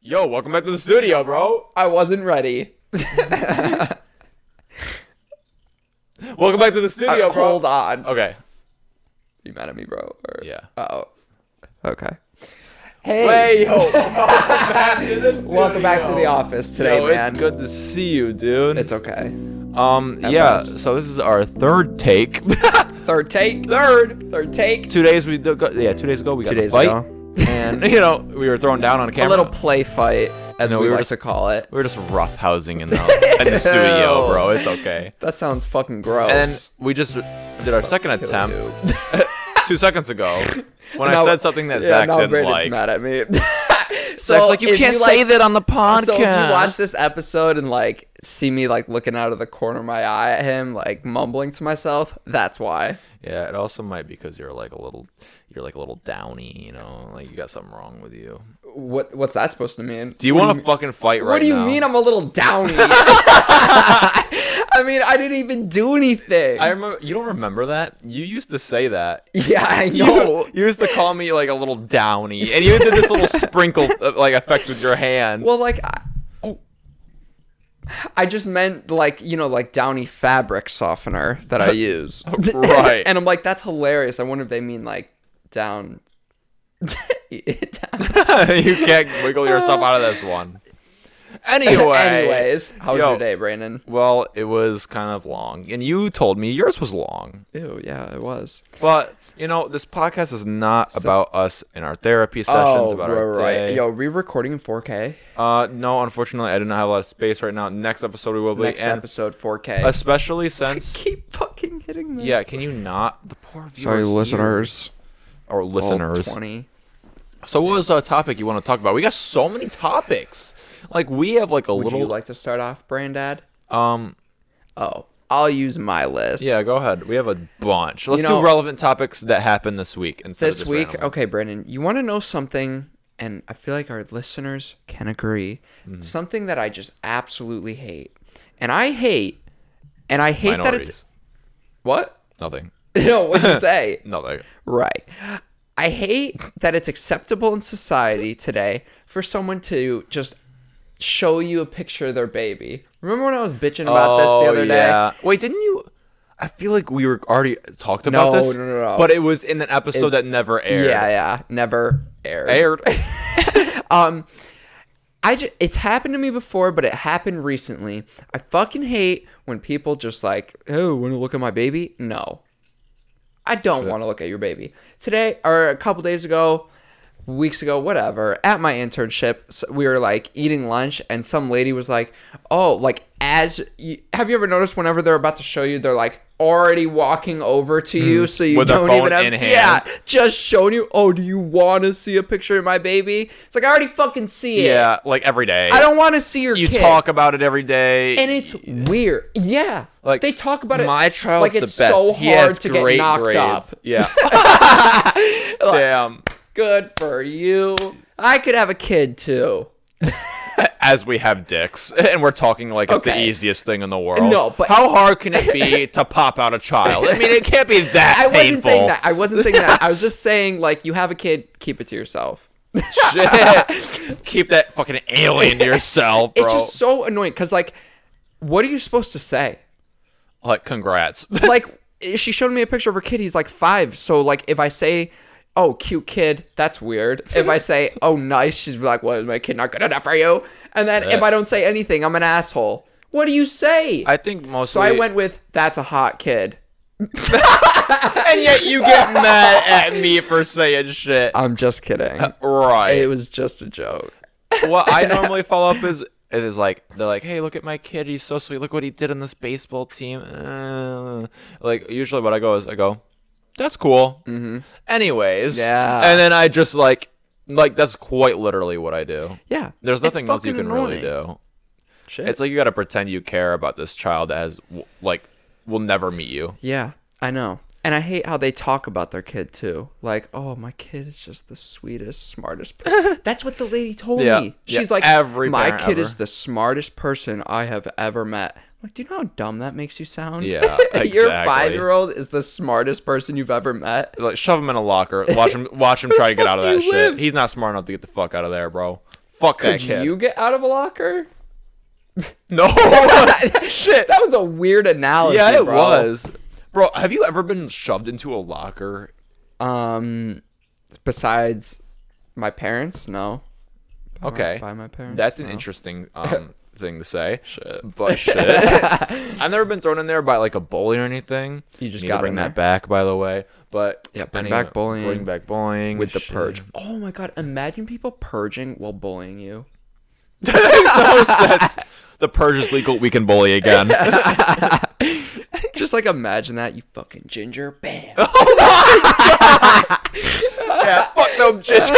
Yo, welcome back to the studio, bro. I wasn't ready. Welcome back to the studio, bro. Uh, Hold on. Okay. You mad at me, bro? Or- uh, Yeah. Oh. Okay. Hey. Hey, yo. welcome back to the studio. Welcome back to the office today, Yo, man. It's good to see you, dude. It's okay. um, yeah. last. So this is our third take. Third take. third. Third take. Two days we do- go- yeah, two days ago we got Two in a days fight, ago. and you know we were thrown down on A camera. little play fight, as No, we, we were like just- to call it. we were just roughhousing in the in the studio, bro. It's okay. That sounds fucking gross. And we just did our second Ew, attempt dude. two seconds ago when I Now- said something that yeah, Zach now didn't Brandon's like. mad at me. so Zach's like, you if can't say like- that on the podcast. So if you watch this episode and like see me like looking out of the corner of my eye at him, like mumbling to myself, that's why. Yeah, it also might be because you're like a little, you're like a little downy, you know, like you got something wrong with you. What what's that supposed to mean? Do you What want to fucking fight right now? What do you mean I'm a little downy? I mean, I didn't even do anything. I remember you don't remember that. You used to say that. yeah, I You, know. you used to call me like a little downy, and you did this little sprinkle uh, like effect with your hand. well, like, I, oh, I just meant like you know, like downy fabric softener that I use. Right. and I'm like, that's hilarious. I wonder if they mean like down. down. you can't wiggle yourself out of this one. Anyway, Anyways, how was Yo. your day, Brandon? well, it was kind of long, and you told me yours was long. Ew, yeah, it was. But you know, this podcast is not about us and our therapy sessions. about our day. Oh, Yo, re-recording in 4K. Uh, no, unfortunately, I do not have a lot of space right now. Next episode we will be, Next and episode 4K. especially since, keep fucking hitting this. yeah, can you not? The poor viewers Sorry, Oh, here. listeners. or All listeners. 20. So, what was a topic you want to talk about? We got so many topics. Like we have like a Would little you like to start off, Brandad? um Oh, I'll use my list. yeah go ahead we have a bunch let's know- do relevant topics that happened this week instead This of just week, random. okay, Brandon, you want to know something, and I feel like our listeners can agree. Mm-hmm. Something that I just absolutely hate, and I hate, and I hate that it's minorities what? nothing No, what'd you say? nothing Right. I hate that it's acceptable in society today for someone to just show you a picture of their baby. Remember when I was bitching about this the Oh, other day? yeah. Wait, didn't you? I feel like we were already talked about No, this. no, no, no. But it was in an episode It's- that never aired. Yeah, yeah. Never aired. aired. I ju- it's happened to me before, but it happened recently. I fucking hate when people just like, oh, want to look at my baby? No, I don't want to look at your baby. Today or a couple days ago, weeks ago, whatever, at my internship, s we were like eating lunch, and some lady was like, oh, like as you, have you ever noticed whenever they're about to show you, they're like already walking over to you, so you Mm. With their don't phone even have in hand. yeah, just showing you. Oh, do you want to see a picture of my baby? It's like I already fucking see it. yeah, like every day. I don't want to see your You kid. talk about it every day. and it's weird. Yeah, Like, like they talk about it. My child's like the it's best. so he has hard to get great knocked grades. up. Yeah. Damn. Good for you. I could have a kid too. As we have dicks, and we're talking like it's the Okay. easiest thing in the world. No, but- how hard can it be to pop out a child? I mean, it can't be that I wasn't painful. saying that. I wasn't saying that. I was just saying like you have a kid, keep it to yourself. Shit. Keep that fucking alien to yourself, bro. It's just so annoying because like, what are you supposed to say? Like, congrats. Like she showed me a picture of her kid. He's like five. So like if I say. Oh, cute kid. That's weird. If I say, "Oh, nice," she's like, "Well, is my kid not good enough for you?" And then if I don't say anything, I'm an asshole. What do you say? I think mostly. So I went with that's a hot kid. and yet you get mad at me for saying shit. I'm just kidding. Uh, It right. was just a joke. what I normally follow up is it is like they're like, hey, look at my kid. He's so sweet. Look what he did on this baseball team. Uh, like usually what I go is I go, that's cool. Mm-hmm. Anyways. Yeah. And then I just like like that's quite literally what I do. Yeah. There's It's nothing else you fucking can really annoying. do. Shit. It's like you got to pretend you care about this child that has w- like will never meet you. yeah, I know. And I hate how they talk about their kid too. Like, oh, my kid is just the sweetest, smartest. Per-. That's what the lady told Yeah. me. Yeah, She's like, every my parent kid ever. is the smartest person I have ever met. I'm like, do you know how dumb that makes you sound? Yeah, Your exactly. five-year-old is the smartest person you've ever met. like shove him in a locker. Watch him watch him try to get out of Where the that shit. fuck do you live? He's not smart enough to get the fuck out of there, bro. Fuck that Could kid. you get out of a locker? No shit. That was a weird analogy. Yeah, it bro. was. Bro, have you ever been shoved into a locker? Um, besides my parents, no. By my- Okay. by my parents. That's an no. interesting um, thing to say. Shit. But shit. I've never been thrown in there by like a bully or anything. You just Need to got in bring that there. back, by the way. But Yeah, bring anyway, back bullying Bring back bullying with the shit. purge. Oh my god! Imagine people purging while bullying you. The purge is legal. We can bully again. Just like imagine that you fucking ginger, bam. yeah, fuck them shit.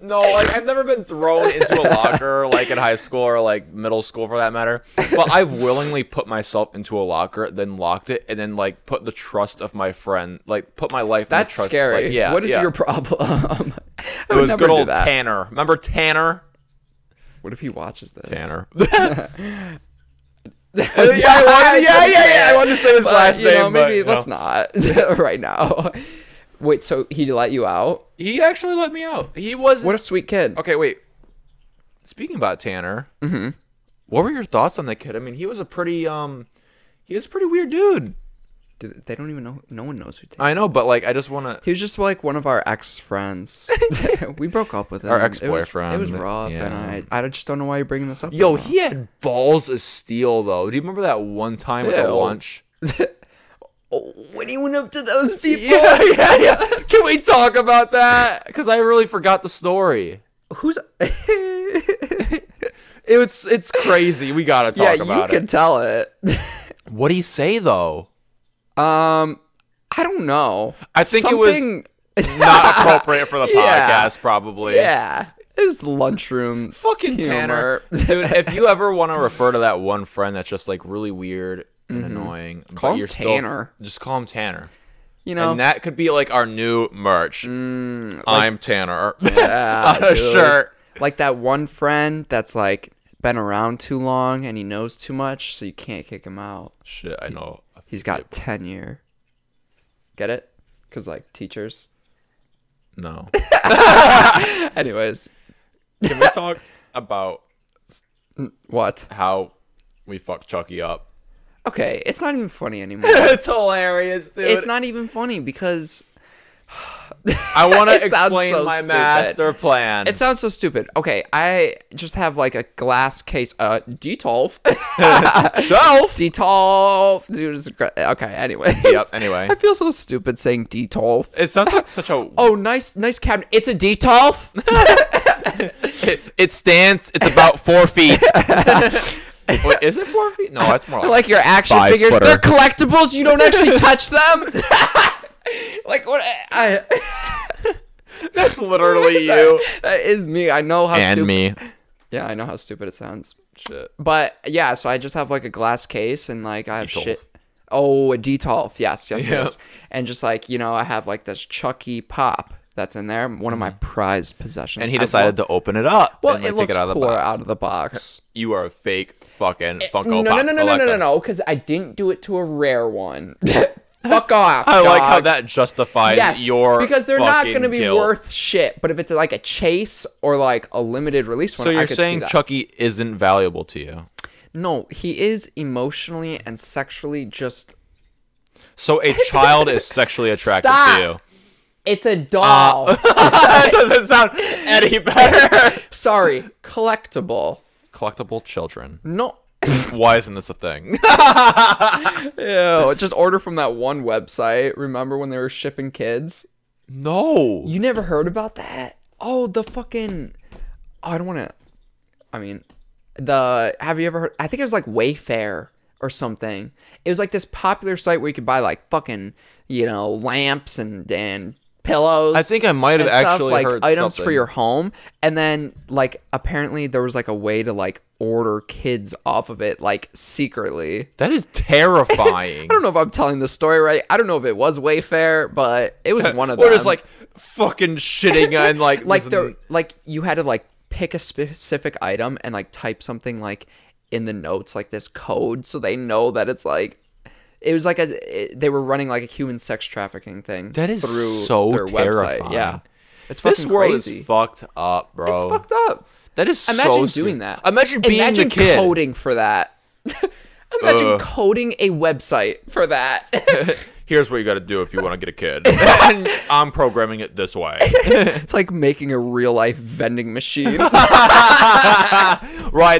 no, like I've never been thrown into a locker like in high school or like middle school for that matter. But I've willingly put myself into a locker, then locked it, and then like put the trust of my friend, like put my life. in the That's trust, scary. like, yeah. What is yeah. your problem? I It would was never good do old that. Tanner. Remember Tanner? What if he watches this? Tanner. yeah, I wanted, yeah, yeah, yeah. I wanted to say his But, last you name. know, maybe but, no. let's not right now. Wait, so he let you out? He actually let me out. He was What a sweet kid. Okay, wait. Speaking about Tanner, Mm-hmm. what were your thoughts on the kid? I mean, he was a pretty um, he was a pretty weird dude. Dude, They don't even know. No one knows who. Taylor. I know, but like, I just want to. He was just like one of our ex friends. we broke up with him. Our It was- ex-boyfriend, It was, rough, yeah. and I I just don't know why you're bringing this up. Yo, right he had balls of steel though. Do you remember that one time at Ew. the lunch? now. when he went up to those people, Yeah, yeah, yeah. Can we talk about that? Because I really forgot the story. who's? It's it's crazy. We gotta yeah, talk you about can it. tell it. What do he say though? um, I don't know. I think it was- was. Not appropriate for the Yeah. podcast, probably. yeah, it was lunchroom. fucking humor. Tanner, dude. If you ever want to refer to that one friend that's just like really weird and annoying, Mm-hmm. Call but him you're still- Tanner. just call him Tanner, You know, and that could be like our new merch. I'm Tanner Mm, Yeah, on a dude. shirt. like that one friend that's like been around too long and he knows too much, so you can't kick him out. Shit, I know. He's got tenure. Get it? Because like teachers. No. Anyways, Can we talk about what? how we fucked Chucky up? Okay, it's not even funny anymore. it's hilarious, dude. it's not even funny because I want to It sounds explain so my stupid. master plan. it sounds so stupid. Okay, I just have like a glass case. Uh, Detolf. shelf. Detolf. Dude, it's gra- okay. Anyway. Yep, anyway. I feel so stupid saying Detolf. It sounds like such a. Oh, nice, nice cabinet. It's a Detolf. It, it stands. It's about four feet. Wait, is it four feet? No, that's more like your action Five figures. footer. They're collectibles. You don't actually touch them. like what? I, That's literally you that is me. I know how and stupid. me. Yeah, I know how stupid it sounds. Shit. But yeah, so I just have like a glass case and like I have Detolf. shit. Oh, a Detolf. Yes, yes, Yeah. yes. And just like you know, I have like this Chucky pop that's in there, one of my prized Mm-hmm. possessions. And he I decided love- to open it up. Well, and, it like, looks take it out of the cooler box. out of the box. You are a fake fucking Funko No, no, Pop. no, I no, no, like no, no, that. no, because I didn't do it to a rare one. Fuck off. I like how dog. that justifies yes, your because they're not going gonna to be worth shit. But if it's like a chase or like a limited release one, So I you're could see saying that. Chucky isn't valuable to you? no, he is emotionally and sexually just. So a child is sexually attracted Stop. to you? It's a doll. that doesn't sound any better. Sorry, collectible. Collectible children. No. Why isn't this a thing? Ew, just order from that one website. Remember when they were shipping kids? no. You never heard about that? Oh, the fucking. Oh, I don't want to. I mean, the. Have you ever heard? I think it was like Wayfair or something. It was like this popular site where you could buy like fucking, you know, lamps and and pillows. I think I might have and stuff, actually like heard items for something. your home, and then like apparently there was like a way to like order kids off of it like secretly. that is terrifying. I don't know if I'm telling the story right. I don't know if it was Wayfair, but it was one of them. Or just like fucking shitting on like like this- there like you had to like pick a specific item and like type something like in the notes like this code so they know that it's like it was like a it- they were running like a human sex trafficking thing That is through so their terrifying. website yeah It's fucking This world crazy. is fucked up, bro. it's fucked up. That is so Imagine scary. doing that. Imagine being Imagine the kid. coding for that. Imagine Ugh. coding a website for that. Here's what you got to do if you want to get a kid. and I'm programming it this way. it's like making a real life vending machine. Write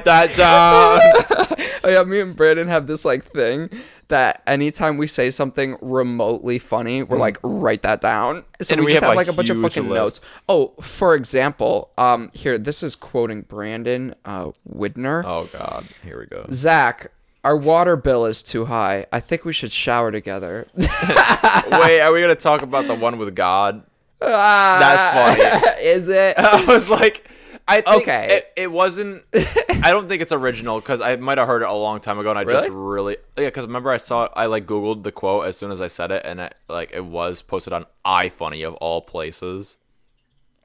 that down. Oh, yeah, me and Brandon have this like thing that anytime we say something remotely funny, we're like, write that down. So Mm-hmm. And we, we just have, have a like a bunch of huge fucking notes. list. Oh, for example, um, here this is quoting Brandon uh, Widner. oh God, here we go. Zach, our water bill is too high. I think we should shower together. Wait, are we gonna talk about the one with God? That's funny. is it? I was like, I think Okay. It, it wasn't. I don't think it's original because I might have heard it a long time ago, and I just really yeah. Because remember, I saw I like Googled the quote as soon as I said it, and it, like it was posted on iFunny of all places.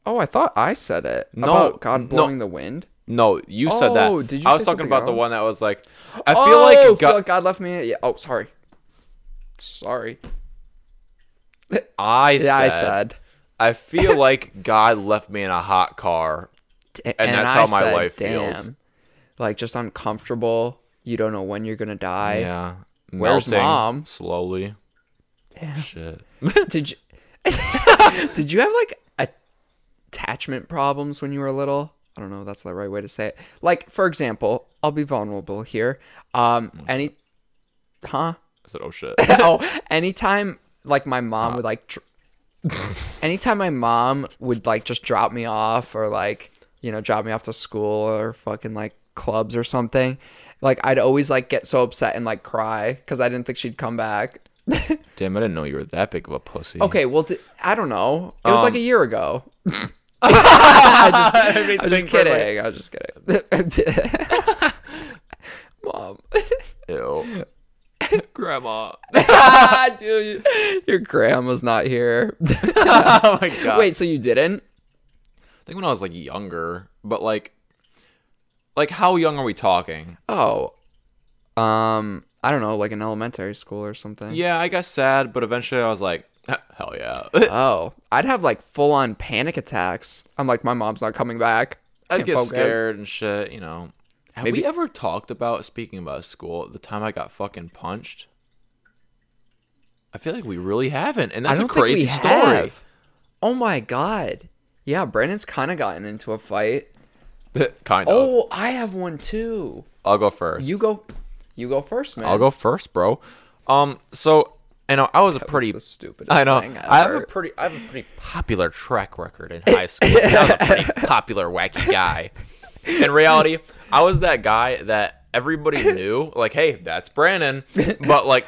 Oh, I thought I said it. No, about God no. blowing the wind. No, you said that. Oh, did you I was say talking something about the else? one that was like, I feel oh, like feel God. like God left me. Yeah. Oh, sorry. Sorry. I Yeah, I said, said. I feel like God left me in a hot car. and, that's how my life feels. Like just uncomfortable. You don't know when you're gonna die. Yeah, Where's melting Mom? Slowly. Shit. Did you Did you have like attachment problems when you were little? I don't know if that's the right way to say it. Like, for example, I'll be vulnerable here. Um any huh? I said, oh shit. oh, anytime like my mom would like dr- anytime my mom would like just drop me off or like, you know, drop me off to school or fucking like clubs or something, like I'd always like get so upset and like cry cuz I didn't think she'd come back. Damn, I didn't know you were that big of a pussy. Okay, well di- I don't know. It was like a year ago. I was just kidding. I was just kidding. Mom. Ew. Grandma. Dude, you- your grandma's not here. oh my god. Wait, so you didn't? I think when I was like younger, but like, like how young are we talking? Oh, um, I don't know, like in elementary school or something. Yeah, I got sad, but eventually I was like, hell yeah. Oh, I'd have like full on panic attacks. I'm like, my mom's not coming back. I'd Can't get focus. scared and shit. You know. Have Maybe- we ever talked about speaking about school? The time I got fucking punched. I feel like we really haven't, and I that's don't a crazy think we story. have. Oh my god. Yeah, Brandon's kind of gotten into a fight. kind of. Oh, I have one too. I'll go first. You go, you go first, man. I'll go first, bro. Um, so you know I was a pretty the stupidest I know. thing I have a ever. pretty I have a pretty popular track record in high school. I was a pretty popular wacky guy. In reality, I was that guy that everybody knew. Like, hey, that's Brandon. But like,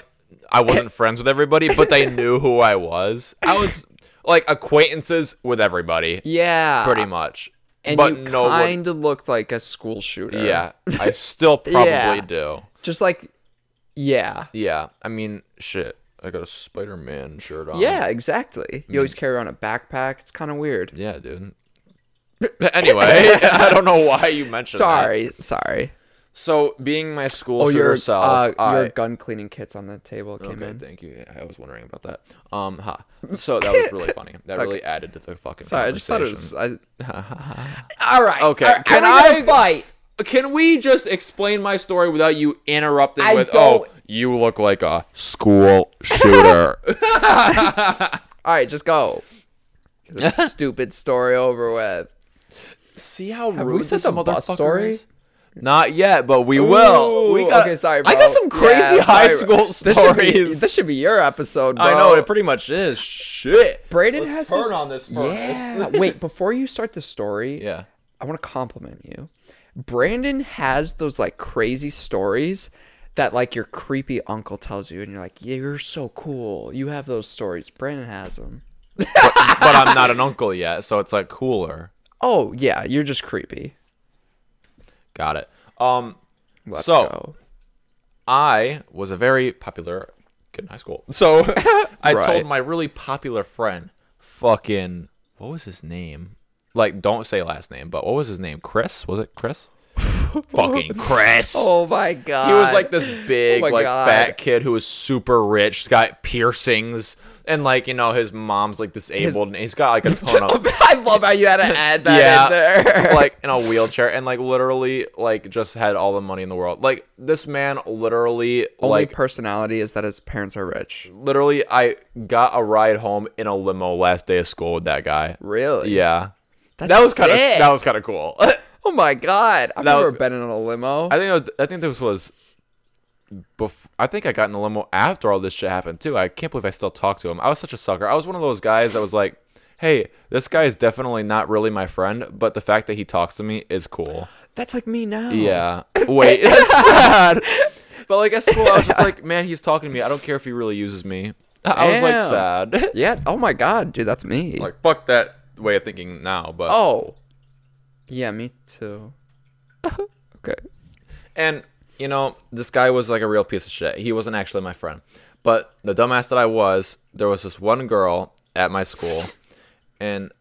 I wasn't friends with everybody, but they knew who I was. I was like acquaintances with everybody, Yeah, pretty much. And but you no one. kind of looked like a school shooter. Yeah, I still probably Yeah. do. just like, yeah, Yeah, I mean, shit. I got a Spider Man shirt on. yeah, exactly. mm. You always carry on a backpack. It's kind of weird. Yeah, dude. anyway, I don't know why you mentioned that. Sorry, sorry. So, being my school Oh, shooter your self, uh, I- your gun cleaning kits on the table came Okay, in. thank you. I was wondering about that. Um, ha. So that was really funny. That really added to the fucking. Sorry, I just thought it was. conversation. I... all right. Okay, all right, can are we I- gonna fight? Can we just explain my story without you interrupting I with, don't- "Oh, you look like a school shooter"? All right, just go. Get this stupid story over with. See how rude we said this the bus motherfucker story? is? Not yet, but we will. We Ooh, got, okay, sorry, I bro. got some crazy Yeah, high sorry, bro. school This should, be, stories. this should be your episode, bro. I know it pretty much is. Shit. Brayden Let's has turn this- on this furnace. Yeah. Wait, before you start the story, Yeah. I want to compliment you. Brandon has those like crazy stories that like your creepy uncle tells you, and you're like, yeah, you're so cool. You have those stories. Brandon has them. but I'm not an uncle yet, so it's like cooler. Oh yeah, you're just creepy. Got it. Um, Let's So- go. I was a very popular kid in high school, so I Right. told my really popular friend, fucking, what was his name? Like, don't say last name, but what was his name? Chris? Was it Chris? fucking Chris. Oh my god. He was like this big, oh my like God. fat kid who was super rich. He's got piercings, and like you know, his mom's like disabled, and he's got like a ton of I love how you had to add that in there. like in a wheelchair, and like literally, like just had all the money in the world. Like this man, literally, Only like personality is that his parents are rich. literally, I got a ride home in a limo last day of school with that guy. Really? Yeah, That's that was kind of sick. that was kind of cool. I Oh my god. I've That never was- been in a limo. think that was, I think this was. Bef- I think I got in the limo after all this shit happened too. I can't believe I still talk to him. I was such a sucker. I was one of those guys that was like, "Hey, this guy is definitely not really my friend, but the fact that he talks to me is cool." That's like me now. Yeah. Wait, it's sad. But like at school, I was just like, man, he's talking to me. I don't care if he really uses me. I I was like Damn. sad. Yeah. Oh my god, dude, that's me. like fuck that way of thinking now. But oh. Yeah, me too. okay. and you know, this guy was like a real piece of shit. He wasn't actually my friend. But the dumbass that I was, there was this one girl at my school, and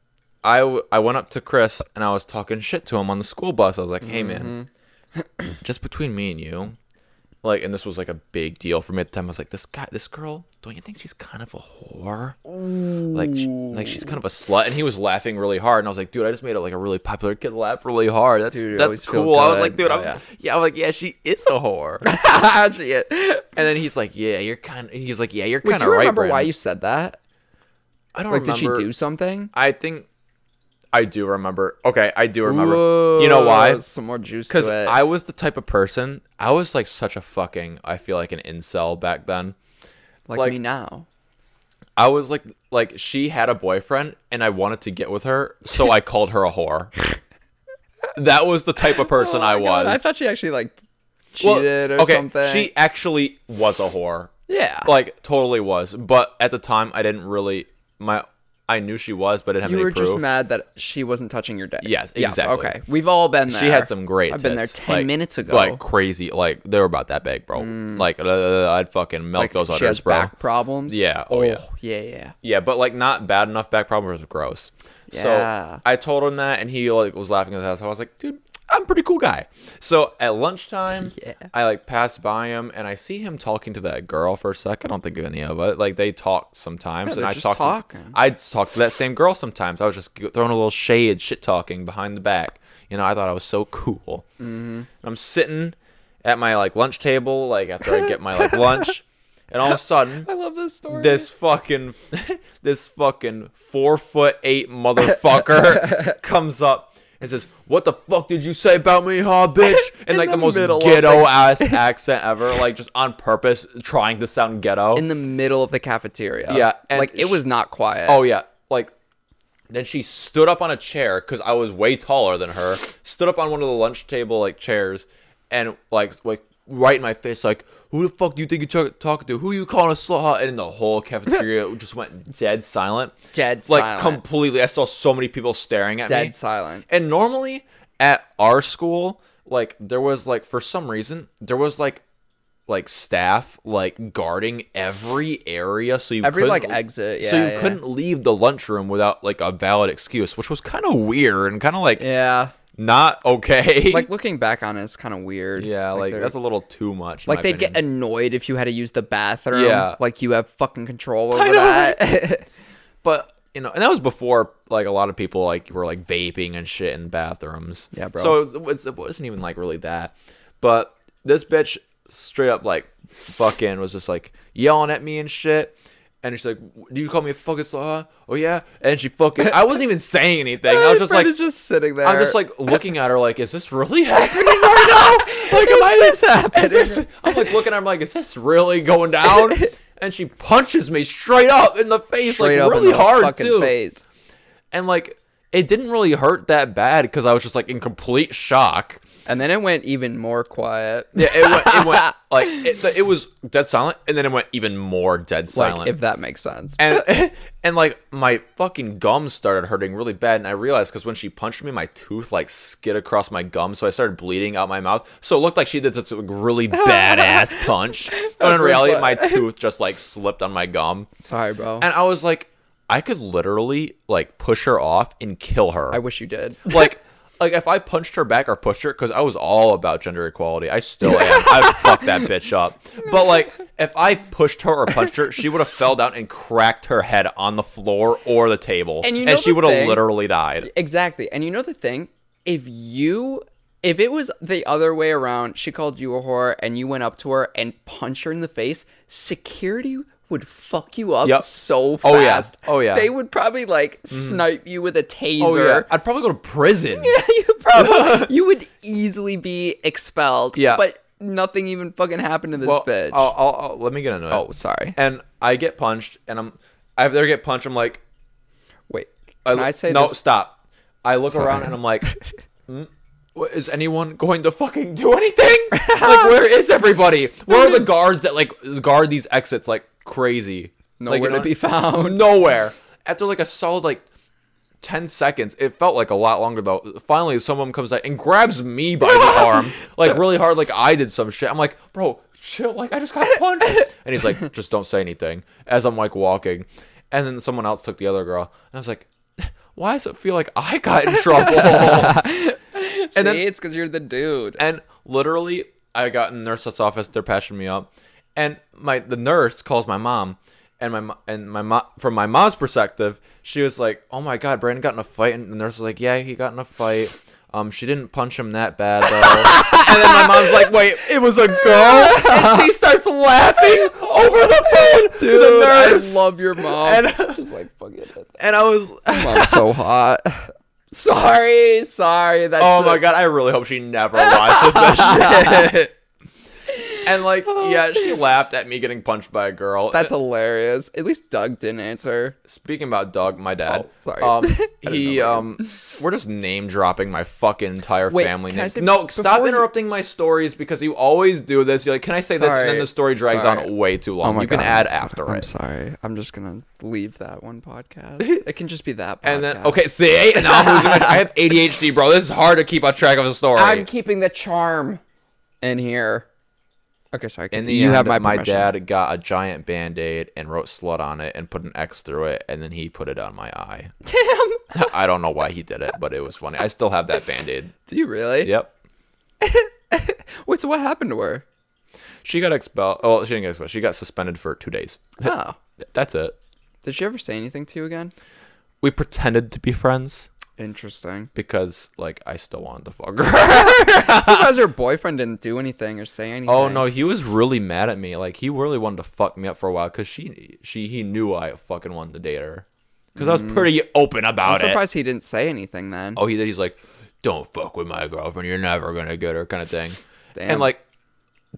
I w- I went up to Chris and I was talking shit to him on the school bus. I was like, hey man, Mm-hmm. just between me and you, like and this was like a big deal for me at the time i was like this guy this girl don't you think she's kind of a whore like she, like she's kind of a slut and he was laughing really hard and i was like dude i just made it like a really popular kid laugh really hard that's Dude, you always that's feel cool i was good. like dude Oh, I'm, yeah. yeah. i'm like yeah she is a whore and Shit. then he's like yeah you're kind of he's like yeah you're Wait, kind do of you right remember why Brandon." you said that? i don't Like, did she remember do something? i think i do remember okay i do remember you know why Whoa, Some more juice to because it. I was the type of person I was like such a fucking I feel like an incel back then. like, like- me now. I was like like she had a boyfriend and I wanted to get with her, so I called her a whore. That was the type of person I Oh my was. God, I thought she actually like Well, cheated or okay, something. She actually was a whore. yeah. Like totally was. But at the time I didn't really my I knew she was, but I didn't have you any were proof. just mad that she wasn't touching your dick. Yes, exactly. okay, we've all been there. She had some great. I've been there tits, ten like- minutes ago. Mm. Like crazy, like they were about that big, bro. Like uh, I'd fucking melt Like, those she has udders, bro. back problems. Yeah, oh, yeah. yeah, yeah. Yeah, but like not bad enough back problems was gross. Yeah. So I told him that and he like was laughing at his house. I was like, dude, I'm a pretty cool guy. So at lunchtime, Yeah. I like pass by him and I see him talking to that girl for a sec. I don't think of any of it. Like they talk sometimes and they're I just talk to, talking. I talk to that same girl sometimes. I was just g- throwing a little shade, shit talking behind the back. You know, I thought I was so cool. Mm-hmm. I'm sitting at my like lunch table, like after I get my like lunch, and all of a sudden I love this story. this fucking this fucking four foot eight motherfucker comes up and says, "What the fuck did you say about me, huh, bitch?" And like the, the most middle of ghetto ass accent ever, like just on purpose trying to sound ghetto. in the middle of the cafeteria. Yeah, and like it sh- was not quiet. oh yeah, like then she stood up on a chair because I was way taller than her. Stood up on one of the lunch table like chairs and like like right in my face like. Who the fuck do you think you're talk- talking to? Who you calling a slut? huh?" And the whole cafeteria just went dead silent. dead like silent. completely. I saw so many people staring at me. dead silent. And normally at our school, like there was like for some reason there was like like staff like guarding every area, so you Every, couldn't- like, exit, so yeah, you yeah. couldn't leave the lunchroom without like a valid excuse, which was kind of weird and kind of like Yeah, not okay. like looking back on it is kind of weird. yeah, like, they're- that's a little too much. in like my they'd opinion. get annoyed if you had to use the bathroom. Yeah. like you have fucking control over know, that. but you know, and that was before like a lot of people like were like vaping and shit in bathrooms. Yeah, bro. So it, was, it wasn't even like really that. But this bitch straight up like fucking was just like yelling at me and shit. And she's like, "Do you call me a fucking slut? huh? Oh yeah." And she fucking, I wasn't even saying anything. I was just like, Brenda's just sitting there. I'm just like looking at her like, is this really happening right now? Like, am Is I this happening? Is this? I'm like looking at her like, is this really going down? And she punches me straight up in the face, Straight like up in really the hard fucking too. Face. And like, it didn't really hurt that bad because I was just like in complete shock. And then it went even more quiet. Yeah, it went, it went like it, it was dead silent, and then it went even more dead silent. Like, if that makes sense. and and like my fucking gums started hurting really bad and i realized because when she punched me my tooth like skid across my gum so i started bleeding out my mouth so it looked like she did this like, really badass punch but in reality my tooth just like slipped on my gum Sorry, bro. and i was like i could literally like push her off and kill her I wish you did. like like if I punched her back or pushed her because I was all about gender equality. I still am. I fucked that bitch up. But like if I pushed her or punched her, she would have fell down and cracked her head on the floor or the table, And you know she the would have thing- literally died. Exactly. And you know the thing? If you if it was the other way around, she called you a whore and you went up to her and punched her in the face, security would fuck you up Yep. so Oh, yeah. fast. Oh, yeah. Mm. They would probably like snipe you with a taser. Oh yeah, I'd probably go to prison. you probably you would easily be expelled. Yeah. But nothing even fucking happened to this Well, uh, bitch. I'll, I'll, I'll- let me get into it. oh, sorry. and I get punched, and I'm after I get punched, I'm like, Wait. Can I, look- say no? this? Stop. I look around and I'm like, "Hmm? What- is anyone going to fucking do anything? like, where is everybody? Where are the guards that like guard these exits like crazy? Nowhere like, to be found. Nowhere. After like a solid like. 10 seconds. It felt like a lot longer though. Finally, someone comes out and grabs me by the arm, like really hard, like I did some shit. I'm like, bro, chill, like I just got punched. And he's like, just don't say anything as I'm like walking. And then someone else took the other girl. And I was like, why does it feel like I got in trouble? See, then- it's because you're the dude. and literally, I got in the nurse's office. They're patching me up, and my the nurse calls my mom, and my mo- and my mom from my mom's perspective, she was like, "Oh my god, Brandon got in a fight," and the nurse was like, "Yeah, he got in a fight." Um, she didn't punch him that bad though. and then my mom's like, "Wait, it was a girl," and she starts laughing over the phone to the Dude, nurse. I love your mom. And- just like fuck it. that's- and I was, Mom's so hot. sorry, sorry. That's oh my a- god, I really hope she never watches this shit. And like, yeah, she laughed at me getting punched by a girl. That's hilarious. At least Doug didn't answer. Speaking about Doug, my dad. Oh, sorry. Um, I didn't know he about um, we're just name dropping my fucking entire Wait, family can I name. say- no, stop before you- interrupting my stories because you always do this. You're like, can I say this? And then Sorry. the story drags Sorry. on way too long. you can add after Oh I'm it. sorry. I'm just gonna leave that one podcast. it can just be that. Podcast. And then okay, see, and now I'm losing. my- I have ADHD, bro. This is hard to keep on track of a story. I'm keeping the charm in here. Okay, sorry. In the you end, have my my, permission. dad got a giant band aid and wrote slut on it and put an X through it, and then he put it on my eye. Damn. I don't know why he did it, but it was funny. I still have that band aid. Do you really? Yep. Wait. So what happened to her? She got expelled. Oh, she didn't get expelled. She got suspended for two days. Oh. That's it. Did she ever say anything to you again? We pretended to be friends Interesting. because, like, I still wanted to fuck her. Surprised her boyfriend didn't do anything or say anything. oh no, he was really mad at me. Like, he really wanted to fuck me up for a while because she, she, he knew I fucking wanted to date her because I was pretty open I'm about it. surprised he didn't say anything then. Oh, he did. He's like, don't fuck with my girlfriend. You're never gonna get her, kind of thing. Damn. And like,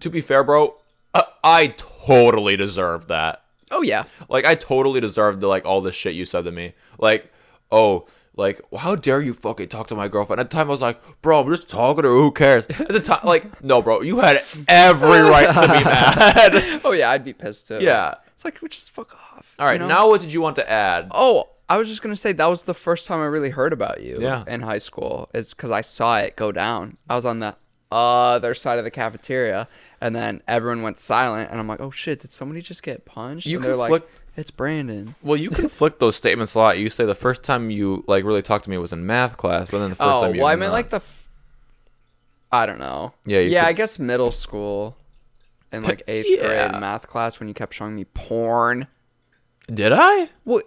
to be fair, bro, I, I totally deserved that. Oh yeah. Like I totally deserved the, like all this shit you said to me. Like, oh, like how dare you fucking talk to my girlfriend? At the time I was like, bro, I'm just talking to her. Who cares? At the time, like, no, bro, you had every right to be mad. Oh yeah, I'd be pissed too. yeah. It's like we just fuck off. All right. you know? Now, what did you want to add? Oh, I was just gonna say that was the first time I really heard about you. Yeah. In high school, it's because I saw it go down. I was on the other side of the cafeteria, and then everyone went silent, and I'm like, oh shit, did somebody just get punched? You and they're like, conflict- it's Brandon. Well, you conflict those statements a lot. You say the first time you like really talked to me was in math class, but then the first oh time you well, I meant not. like the. F- I don't know. Yeah, you Yeah, could- I guess middle school, in like eighth Yeah. grade math class when you kept showing me porn. Did I? Well,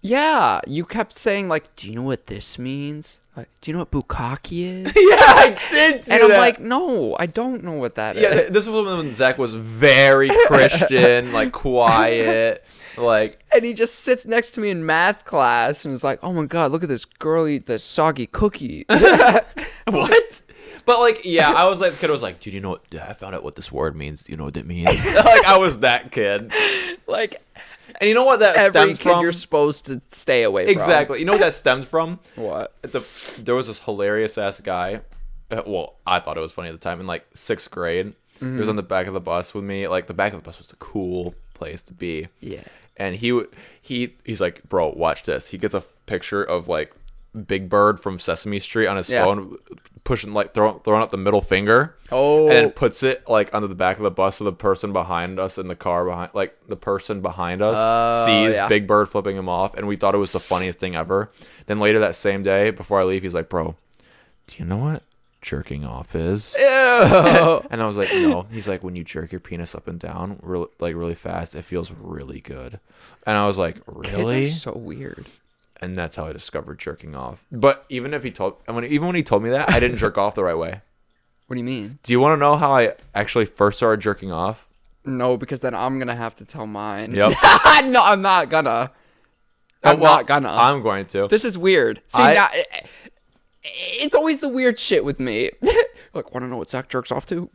yeah, you kept saying like, "Do you know what this means? Like, do you know what bukkake is?" Yeah, I did. and I'm like, "No, I don't know what that is." yeah, th- this was when Zach was very Christian, like quiet, like And he just sits next to me in math class and is like, "Oh my god, look at this girl eat the soggy cookie." what? But like, yeah, I was like, the kid was like, dude, you know what? I found out what this word means. Do you know what it means? like, I was that kid. like And you know what that every stems kid from? you're supposed to stay away from. exactly. You know what that stems from? What? At the, there was this hilarious ass guy. uh, Well, I thought it was funny at the time in like sixth grade. He Mm-hmm. was on the back of the bus with me. Like the back of the bus was the cool place to be. Yeah. And he would he he's like, bro, watch this. He gets a picture of like Big Bird from Sesame Street on his Yeah. phone, pushing like throwing throwing up the middle finger. Oh. And then puts it like under the back of the bus, so the person behind us in the car behind like the person behind us Oh, sees yeah. Big. Big Bird flipping him off, and we thought it was the funniest thing ever. Then later that same day, before I leave, he's like, "Bro, do you know what jerking off is? Ew. And I was like, no. He's like, when you jerk your penis up and down, real, like really fast, it feels really good. And I was like, really? Kids are so weird. and that's how I discovered jerking off. But even if he told, and when, even when he told me that, I didn't jerk off the right way. What do you mean? Do you want to know how I actually first started jerking off? No, because then I'm gonna have to tell mine. Yep. no, I'm not gonna. I'm Oh, well, not gonna. I'm going to. this is weird. See, I- now, it's always the weird shit with me. like, want to know what Zach jerks off to?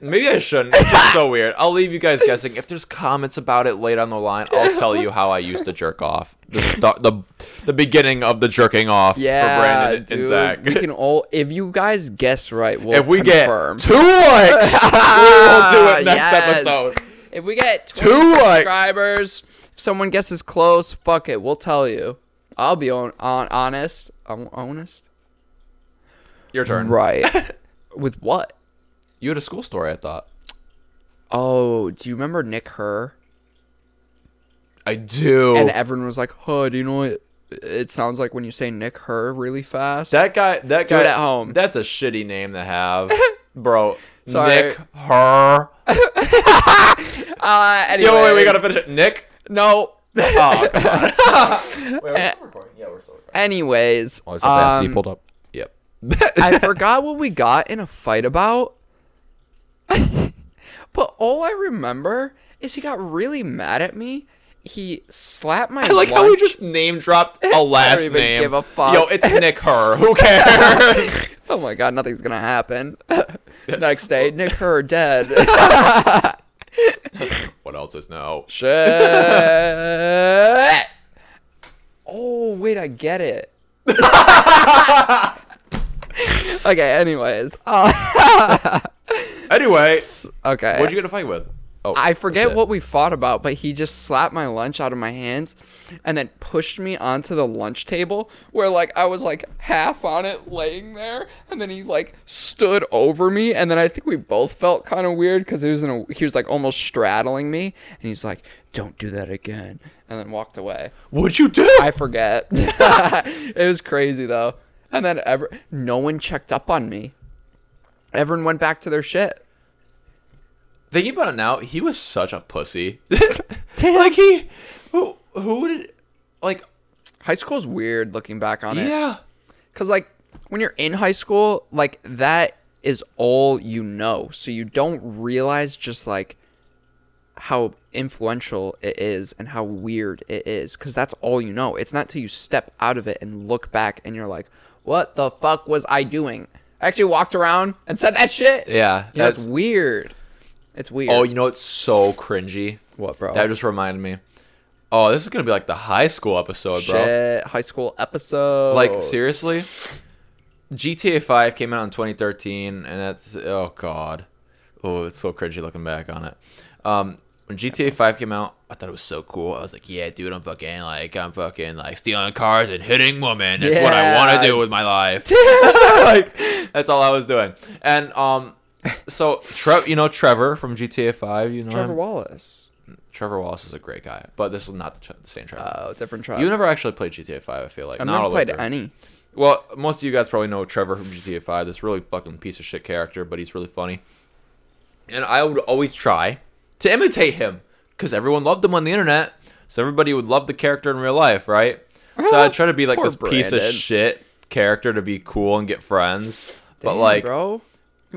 Maybe I shouldn't. It's just so weird. I'll leave you guys guessing. If there's comments about it late on the line, I'll tell you how I used to jerk off. The start, the, the beginning of the jerking off for yeah, Brandon and, dude. and Zach. We can all. If you guys guess right, we'll if we confirm. get two likes, we will do it next Yes. episode. If we get 20 Two likes. subscribers, if someone guesses close, fuck it, we'll tell you. I'll be on, on honest, on, honest. Your turn. Right. With what? You had a school story, I thought. Oh, do you remember Nick Her? I do. And everyone was like, "Huh, do you know what it sounds like when you say Nick Her really fast?" that guy. That Do guy it at home. That's a shitty name to have, bro. Sorry. Nick her. uh, anyway, Yo, wait, we gotta finish it. Nick. no. Oh, come on. wait, we're still recording. Yeah, we're still recording. Um, Anyways, Oh, it's the fast he um, pulled up. Yep. I forgot what we got in a fight about. but all I remember is he got really mad at me. He slapped my. I like how we lunch- just name dropped a last even name. give a fuck. Yo, it's Nick Her. Who cares? Oh my god, nothing's gonna happen. Next day, Nick Her dead. what else is no? Oh, Shit. Oh wait, I get it. okay. Anyways, uh, Anyway, okay. what'd you get in a fight with? Oh, I forget shit. what we fought about, but he just slapped my lunch out of my hands and then pushed me onto the lunch table where like I was like half on it laying there and then he like stood over me and then I think we both felt kind of weird cuz he was in a, he was like almost straddling me and he's like don't do that again and then walked away. What'd you do? I forget. it was crazy though. And then ever no one checked up on me. Everyone went back to their shit. Thinking about it now, he was such a pussy. like he, who, who did, like, High school's weird looking back on it. yeah. Cause like when you're in high school, like that is all you know. So you don't realize just like how influential it is and how weird it is. Cause that's all you know. It's not till you step out of it and look back and you're like, what the fuck was I doing? I actually walked around and said that shit. Yeah, You know, that's that's- weird. It's weird. Oh, you know it's so cringy. What, bro? That just reminded me. Oh, this is gonna be like the high school episode, shit. bro. High school episode. Like seriously, GTA Five came out in 2013, and that's oh god, oh it's so cringy looking back on it. Um, when GTA Five came out, I thought it was so cool. I was like, yeah, dude, I'm fucking like I'm fucking like stealing cars and hitting women. That's what I want Yeah. to do with my life. like that's all I was doing. And um, so Trev, you know Trevor from GTA Five, you know Trevor him? Wallace. Trevor Wallace is a great guy, but this is not the, Tre- the same Trevor. Oh, different tribe. you never actually played GTA Five, I feel like. I've Not never all the played way through. any. Well, most of you guys probably know Trevor from GTA Five. This really fucking piece of shit character, but he's really funny. And I would always try to imitate him because everyone loved him on the internet, so everybody would love the character in real life, right? So I would try to be like Poor this piece of Brandon. shit character to be cool and get friends, but Damn, like bro, you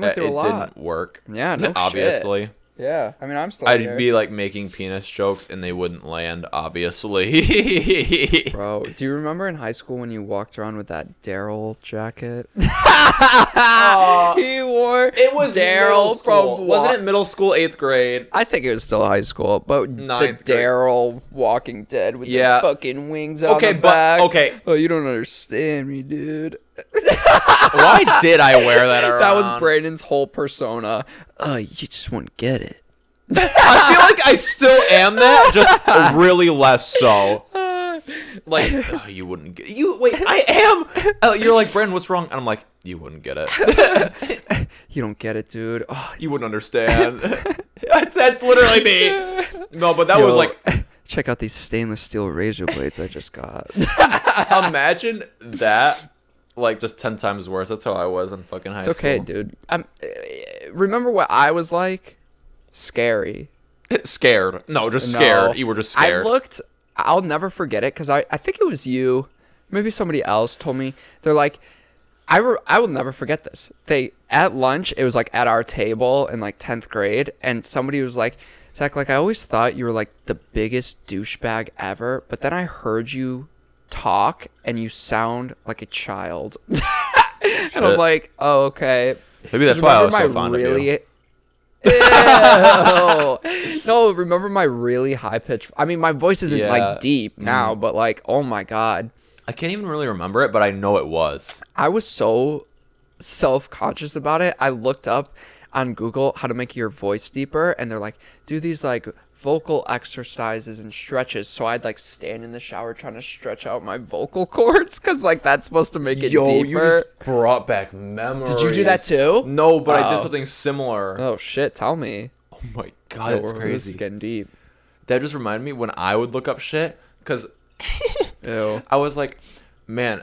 uh, went it through a lot. didn't work. Yeah, no shit. obviously. Yeah, I mean, I'm still. I'd here. be like making penis jokes and they wouldn't land, obviously. Bro, do you remember in high school when you walked around with that Daryl jacket? he wore it middle Daryl school. from wasn't it middle school, eighth grade? I think it was still high school, but Ninth the grade. Daryl Walking Dead with Yeah. the fucking wings on Okay, the but- back. okay. Oh, you don't understand me, dude. Why did I wear that around? That was Brandon's whole persona. Uh, you just wouldn't get it. I feel like I still am that, just really less so. Like oh, you wouldn't get you. Wait, I am. Oh, you're like Brandon. What's wrong? And I'm like, you wouldn't get it. You don't get it, dude. Oh, You wouldn't understand. that's, that's literally me. No, but that was yo, like check out these stainless steel razor blades I just got. imagine that like just ten times worse. That's how I was in fucking high It's okay, school. dude. Um, remember what I was like? Scary. scared. No, just scared. No. You were just scared. I looked. I'll never forget it because I, I think it was you, maybe somebody else told me. They're like, I re- I will never forget this. They at lunch it was like at our table in like tenth grade, and somebody was like, Zach, like I always thought you were like the biggest douchebag ever, but then I heard you talk and you sound like a child, and I'm Shit. like, oh okay. Maybe that's why I was Remember so my fond of you. really- Ew. no, remember my really high pitch. I mean, my voice isn't Yeah. Mm-hmm. like deep now, but like, oh my god, I can't even really remember it, but I know it was. I was so self conscious about it. I looked up on Google how to make your voice deeper, and they're like, do these like vocal exercises and stretches. So I'd like stand in the shower trying to stretch out my vocal cords because like that's supposed to make it deeper. brought back memories. Did you do that too? No, but I did Oh. something similar. Oh shit! Tell me. Oh my god, it's Oh, This is crazy. getting deep. That just reminded me when I would look up shit because Ew. I was like, man,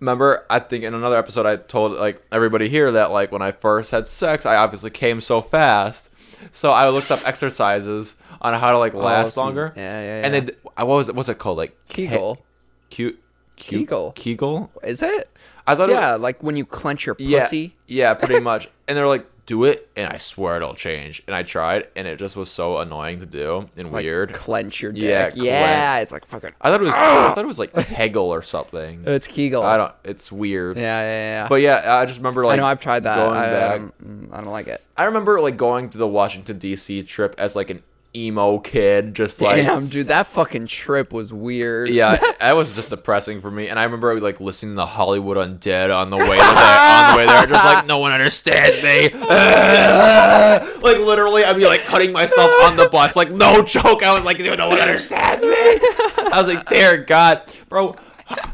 remember? I think in another episode I told like everybody here that like when I first had sex, I obviously came so fast. So I looked up exercises on how to like last some- longer. Oh, yeah, yeah, And yeah. then I what was it? What's it called? Like Ke- Kegel. Cute. Kegel. Kegel. Is it? I thought. It Yeah, like when you clench your yeah, pussy. Yeah, pretty much. And they're like, do it, and I swear it'll change. And I tried, and it just was so annoying to do and Like weird. clench your dick. Yeah, Yeah, clen- it's like fucking. I thought it was. I thought it was like Hegel or something. It's Kegel. I don't. It's weird. Yeah, yeah, yeah. But yeah, I just remember like I know I've tried that. Going I, back, I, don't, mm, I don't like it. I remember like going to the Washington D.C. trip as like an emo kid, just like Damn, dude, that fucking trip was weird. yeah, that was just depressing for me. And I remember like listening to Hollywood Undead on the way to the, on the way there, just like no one understands me. like literally, I'd be like cutting myself on the bus, like no joke. I was like, no one understands me. I was like, dear God, bro.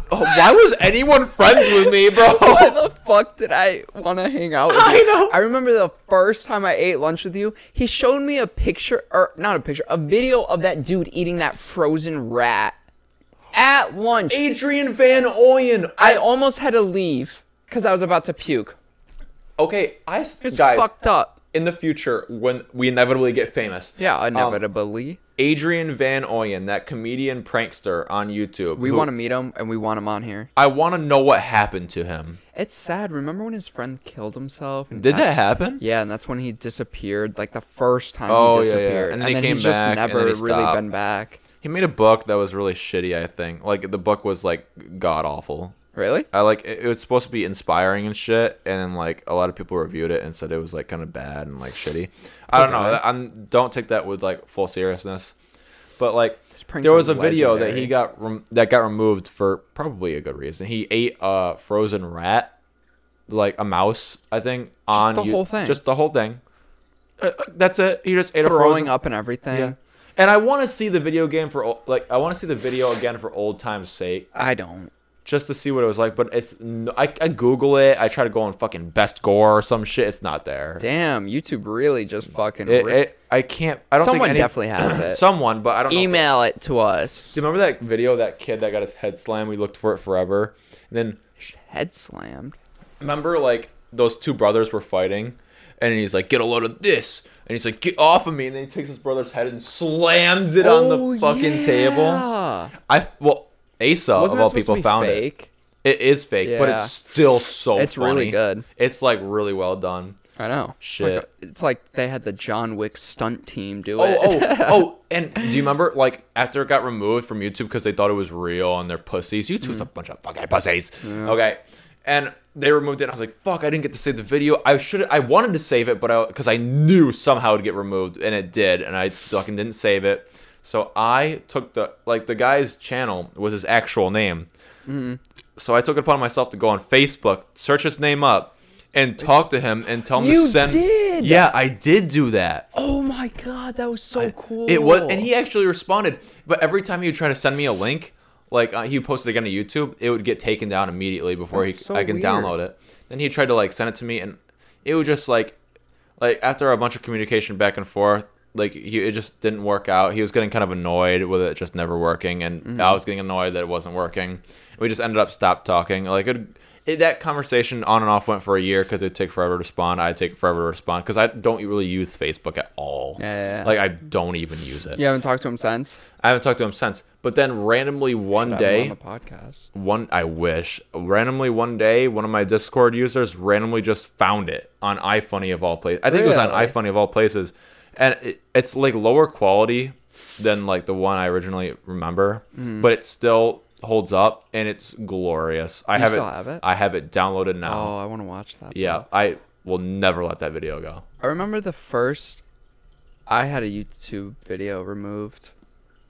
Why was anyone friends with me, Why bro? the fuck did I want to hang out with you? I know. I remember the first time I ate lunch with you, he showed me a picture, or not a picture, a video of that dude eating that frozen rat at lunch. Adrian Van Oyen. I almost had to leave because I was about to puke. Okay, I It's guys fucked up. in the future when we inevitably get famous. Yeah, um, inevitably. Adrian Van Oyen, that comedian prankster on YouTube. we want to meet him and we want him on here. I want to know what happened to him. It's sad. Remember when his friend killed himself? And Did that that's- happen? Yeah, and that's when he disappeared. Like the first time Oh, yeah, he yeah. disappeared, And and then then, he came he's back, just and never then he really stopped. been back. He made a book that was really shitty. I think like the book was like god awful. Really? I like it, it was supposed to be inspiring and shit, and like a lot of people reviewed it and said it was like kind of bad and like shitty. I don't know. Okay. I'm don't take that with like full seriousness, but like pranks there are was a video that he legendary. got rem- that got removed for probably a good reason. He ate a frozen rat, like a mouse, I think. on the you- whole thing. Just the whole thing. Uh, uh, that's it. He just ate a frozen Throwing up and everything. Yeah. And I want to see the video game for ol- like I want to see the video again for old times' sake I don't. just to see what it was like. But it's n- I, I Google it. I try to go on fucking best gore or some shit. It's not there. Damn, YouTube really just fucking. It, ripped- it, I can't. I don't. Someone think any, definitely has it. Someone, but I don't. Know. Email it to us. Do you remember that video of that kid that got his head slammed? We looked for it forever. And then Head slammed. remember like those two brothers were fighting, and he's like, "Get a load of this," and he's like, "Get off of me!" And then he takes his brother's head and slams it on Oh, the fucking table. I well, Asa of Wasn't all that supposed people to be found it. fake? It is fake, but Yeah. it's still so. It's really funny. good. It's like really well done. I know. It's Shit. like, a- it's like they had the John Wick stunt team do Oh, it. oh, oh! And do you remember, like, after it got removed from YouTube because they thought it was real and they're pussies? YouTube's a Mm. bunch of fucking pussies. Okay, and they removed it. And I was like, "Fuck! I didn't get to save the video. I should. I wanted to save it, but I because I knew somehow it'd get removed, and it did. And I fucking didn't save it. So I took the like the guy's channel was his actual name. Mm-hmm. So I took it upon myself to go on Facebook, search his name up, and talk to him and tell him You to send. did! Yeah, I did do that. Oh my god, that was so cool. It was, and he actually responded. But every time he would try to send me a link, like uh, he posted again to YouTube, it would get taken down immediately before he, That's so I can weird. download it. Then he tried to like send it to me, and it would just like, like after a bunch of communication back and forth, like he it just didn't work out. He was getting kind of annoyed with it Mm-hmm. just never working, and I was getting annoyed that it wasn't working. We just ended up stop talking. Like it, it, that conversation on and off went for a year because it'd take forever to respond. I'd take forever to respond because I don't really use Facebook at all. Yeah, yeah, yeah. Like I don't even use it. You haven't talked to him since. I haven't talked to him since. But then randomly one Got him day, on the podcast. one I wish randomly one day one of my Discord users randomly just found it on iFunny of all places. I think it was on Really? iFunny of all places, and it, it's like lower quality than like the one I originally remember, Mm. but it still holds up and it's glorious. I You have, still it, have it? I have it downloaded now. Oh, I want to watch that. Yeah, I will never let that video go. I remember the first I had a YouTube video removed.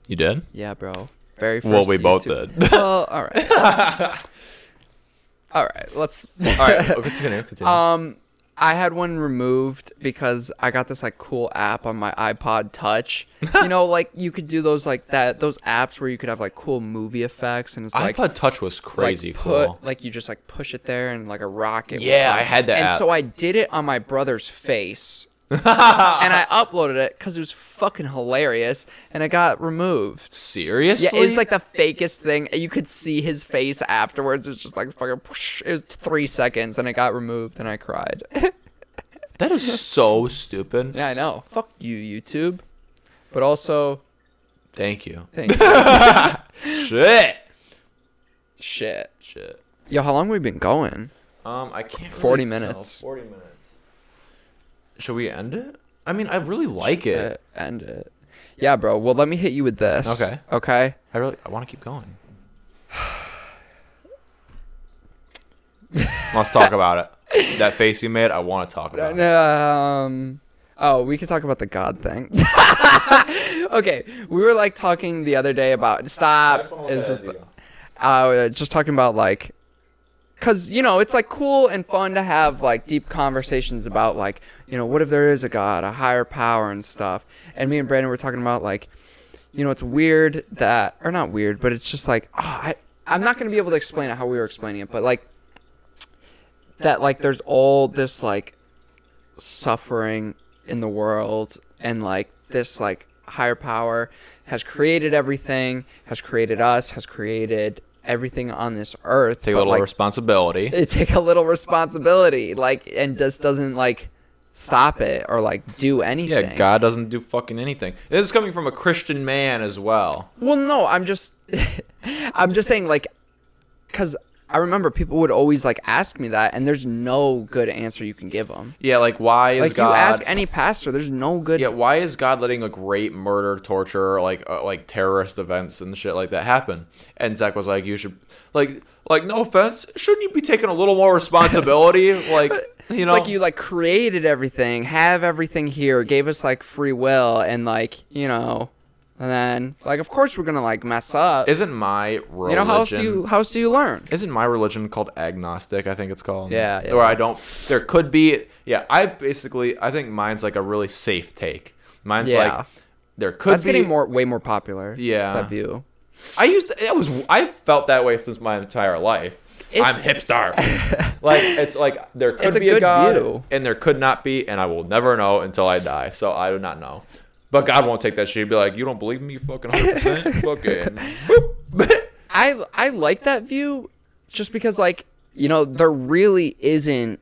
You did? Yeah, bro. Very first. Well, we both YouTube- did. well, all right. all right. Let's. All right, okay, continue. continue. Um, I had one removed because I got this like cool app on my iPod Touch. you know, like you could do those like that those apps where you could have like cool movie effects and it's like iPod Touch was crazy like, cool. like you just like push it there and like a rocket. would Yeah, fly. I had that And app. so I did it on my brother's face. and I uploaded it because it was fucking hilarious, and it got removed. Seriously? Yeah, it was like the fakest thing. You could see his face afterwards. It was just like fucking. Whoosh. It was three seconds, and it got removed, and I cried. that is so stupid. yeah, I know. Fuck you, YouTube. But also, Thank you. thank you. Shit. Shit. Shit. Yo, how long we been going? Um, I can't. 40 really tell. minutes. Forty minutes. Should we end it? I mean, I really like Uh, it. end it. Yeah, bro. Well, let me hit you with this. Okay. Okay. I really, I want to keep going. Let's talk about it. That face you made, I want to talk about. it. Uh, Um. Oh, we could talk about the God thing. okay, we were like talking the other day about stop. It's just, uh, just talking about like, cause you know it's like cool and fun to have like deep conversations about like you know what if there is a God, a higher power and stuff. And me and Brandon were talking about like, you know, it's weird that or not weird, but it's just like oh, I I'm not gonna be able to explain it how we were explaining it, but like that like there's all this like suffering in the world and like this like higher power has created everything has created us has created everything on this earth Take a but, little like, responsibility. it take a little responsibility like and just doesn't like stop it or like do yeah, anything God doesn't do fucking anything. This is coming from a Christian man as well. Well, no, I'm just, I'm just saying, like, because I remember people would always like ask me that, and there's no good answer you can give them. Yeah, like why is Like God? you ask any pastor, there's no good. Yeah, why is God letting like rape, murder, torture, like uh, like terrorist events and shit like that happen? And Zach was like, you should like like no offense, shouldn't you be taking a little more responsibility? like you know, it's like you like created everything, have everything here, gave us like free will, and like you know, and then like of course we're gonna like mess up. isn't my religion? you know how else do you how else do you learn? Isn't my religion called agnostic? I think it's called. Yeah, yeah. Or I don't. There could be. Yeah, I basically I think mine's like a really safe take. Mine's Yeah. like there could That's be getting more way more popular. Yeah. that view. I used to, that was I felt that way since my entire life. It's- I'm hipster. like it's like there could It's a be a good god view. and there could not be, and I will never know until I die. So I do not know. But God won't take that shit. He'd be like, "You don't believe me? You fucking 100 fucking." boop." I I like that view just because like you know there really isn't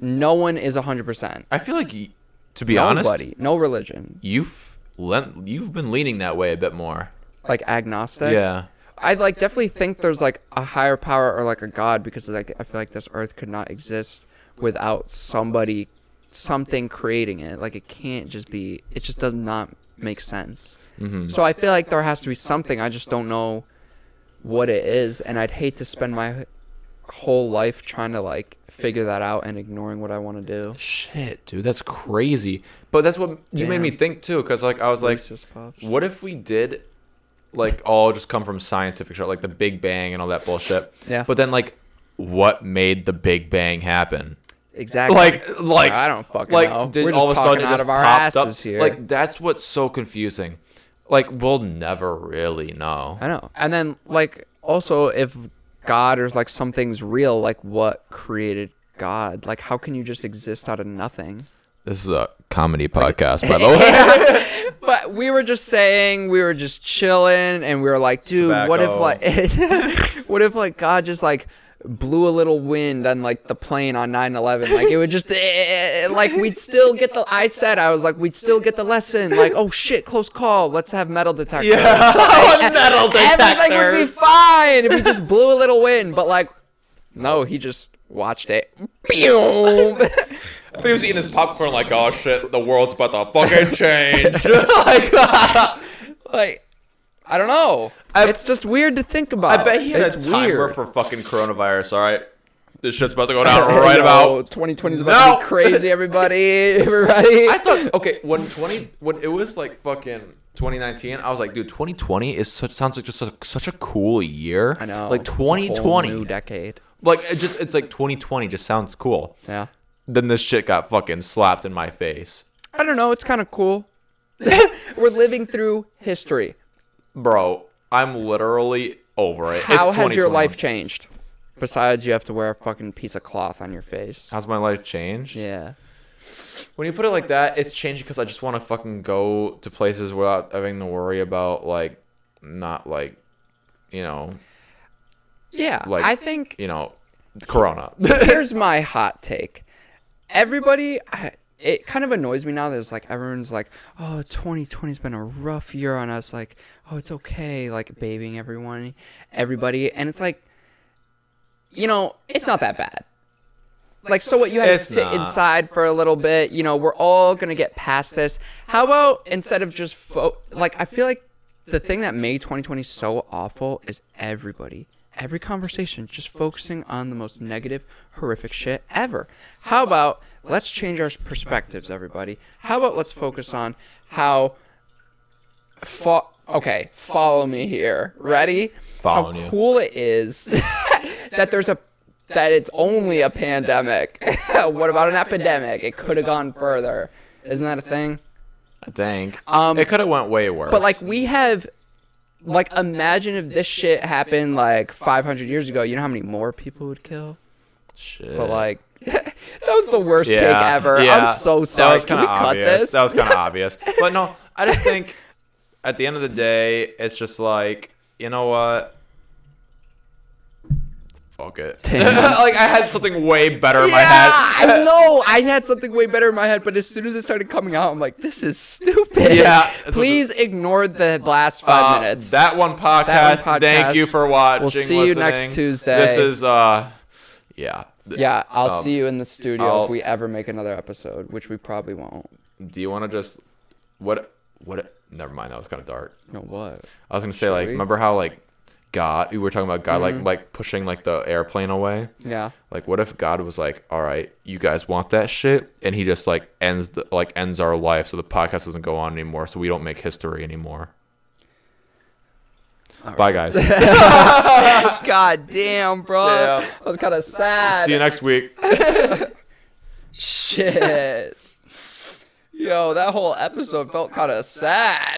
no one is 100%. I feel like, y- to be honest, Nobody, no religion. you've lent, you've been leaning that way a bit more. Like agnostic. yeah, I like definitely think there's like a higher power or like a god because like I feel like this earth could not exist without somebody something creating it. Like it can't just be it just does not make sense. So I feel like there has to be something I just don't know what it is and I'd hate to spend my whole life trying to like figure that out and ignoring what I want to do. shit, dude, that's crazy. But that's what you made me Damn. think too, because like I was like, Racist puffs. What if we did like all just come from scientific shit, like the Big Bang and all that bullshit? Yeah. But then like what made the Big Bang happen? Exactly. Like like I don't fucking like, know. did We're all just of a sudden it talking out just of our popped up? asses here. Like that's what's so confusing. Like we'll never really know. I know. And then like also if God or like something's real, like what created God? Like how can you just exist out of nothing? This is a comedy podcast, by the way. But we were just saying, we were just chilling and we were like, dude, what if Tobacco. like what if like God just like blew a little wind on like the plane on 9/11 like it would just eh, like we'd still get the I said I was like we'd still get the lesson like oh shit close call let's have metal detectors Yeah, metal everything would be detectors. fine if he just blew a little wind but like no he just watched it Pew! But he was eating his popcorn like, oh shit, the world's about to fucking change. like, like I don't know it's just weird to think about I bet he had it's a timer weird. for fucking coronavirus. All right, this shit's about to go down right about. 2020 is about to No! be crazy everybody everybody I thought okay when twenty when it was like fucking 2019, I was like, dude, 2020 is such sounds like just such, such a cool year. I know. like it's a whole 2020, new decade. like it just it's like 2020 just sounds cool. Yeah. Then this shit got fucking slapped in my face, I don't know. It's kind of cool. We're living through history. bro. I'm literally over it. How it's has your 2021. life changed? Besides, you have to wear a fucking piece of cloth on your face. How's my life changed? Yeah. When you put it like that, it's changed because I just want to fucking go to places without having to worry about like not like you know Yeah. Like- I think you know corona. here's my hot take. Everybody, I, it kind of annoys me now that it's like everyone's like, oh, 2020's been a rough year on us. Like, oh, it's okay. Like, babying everyone, everybody. And it's like, you know, it's not that bad. Like, so what? You had to It's sit not. inside for a little bit. You know, we're all going to get past this. How about instead of just, fo- like, I feel like the thing that made 2020 so awful is everybody, every conversation just focusing on the most negative, horrific shit ever. How about let's change our perspectives, everybody? How about let's focus on how. Fo- okay, follow me here. Ready? Following how you. cool it is that there's a that it's only a pandemic. what about an epidemic? It could have gone further. Isn't that a thing? I think Um, it could have went way worse. But like we have like imagine if this shit happened like 500 years ago, you know how many more people would kill? shit. But like that was the worst take ever. I'm so That sorry. was Can kind we of cut obvious. this? That was kind of obvious. But no, I just think at the end of the day, it's just like you know what. Fuck it. Damn. like I had something way better in my head. Yeah, I know. I had something way better in my head, but as soon as it started coming out, I'm like, this is stupid. Yeah, that's what Please ignore the last five Uh, minutes. That one, podcast, podcast. Thank you for watching. We'll see you next listening. Tuesday. This is uh, yeah. Th- yeah, I'll um, see you in the studio I'll- if we ever make another episode, which we probably won't. Do you want to just what what? Never mind. That was kind of dark. No, what? I was gonna say like, we? Mm-hmm. remember how like God? We were talking about God like like pushing like the airplane away. Yeah. Like, what if God was like, "All right, you guys want that shit," and He just like ends the, like ends our life, so the podcast doesn't go on anymore, so we don't make history anymore. Bye, guys. See God damn, bro. Yeah. I was kind of sad. you next week. Shit. Yo, that whole episode felt kind of sad.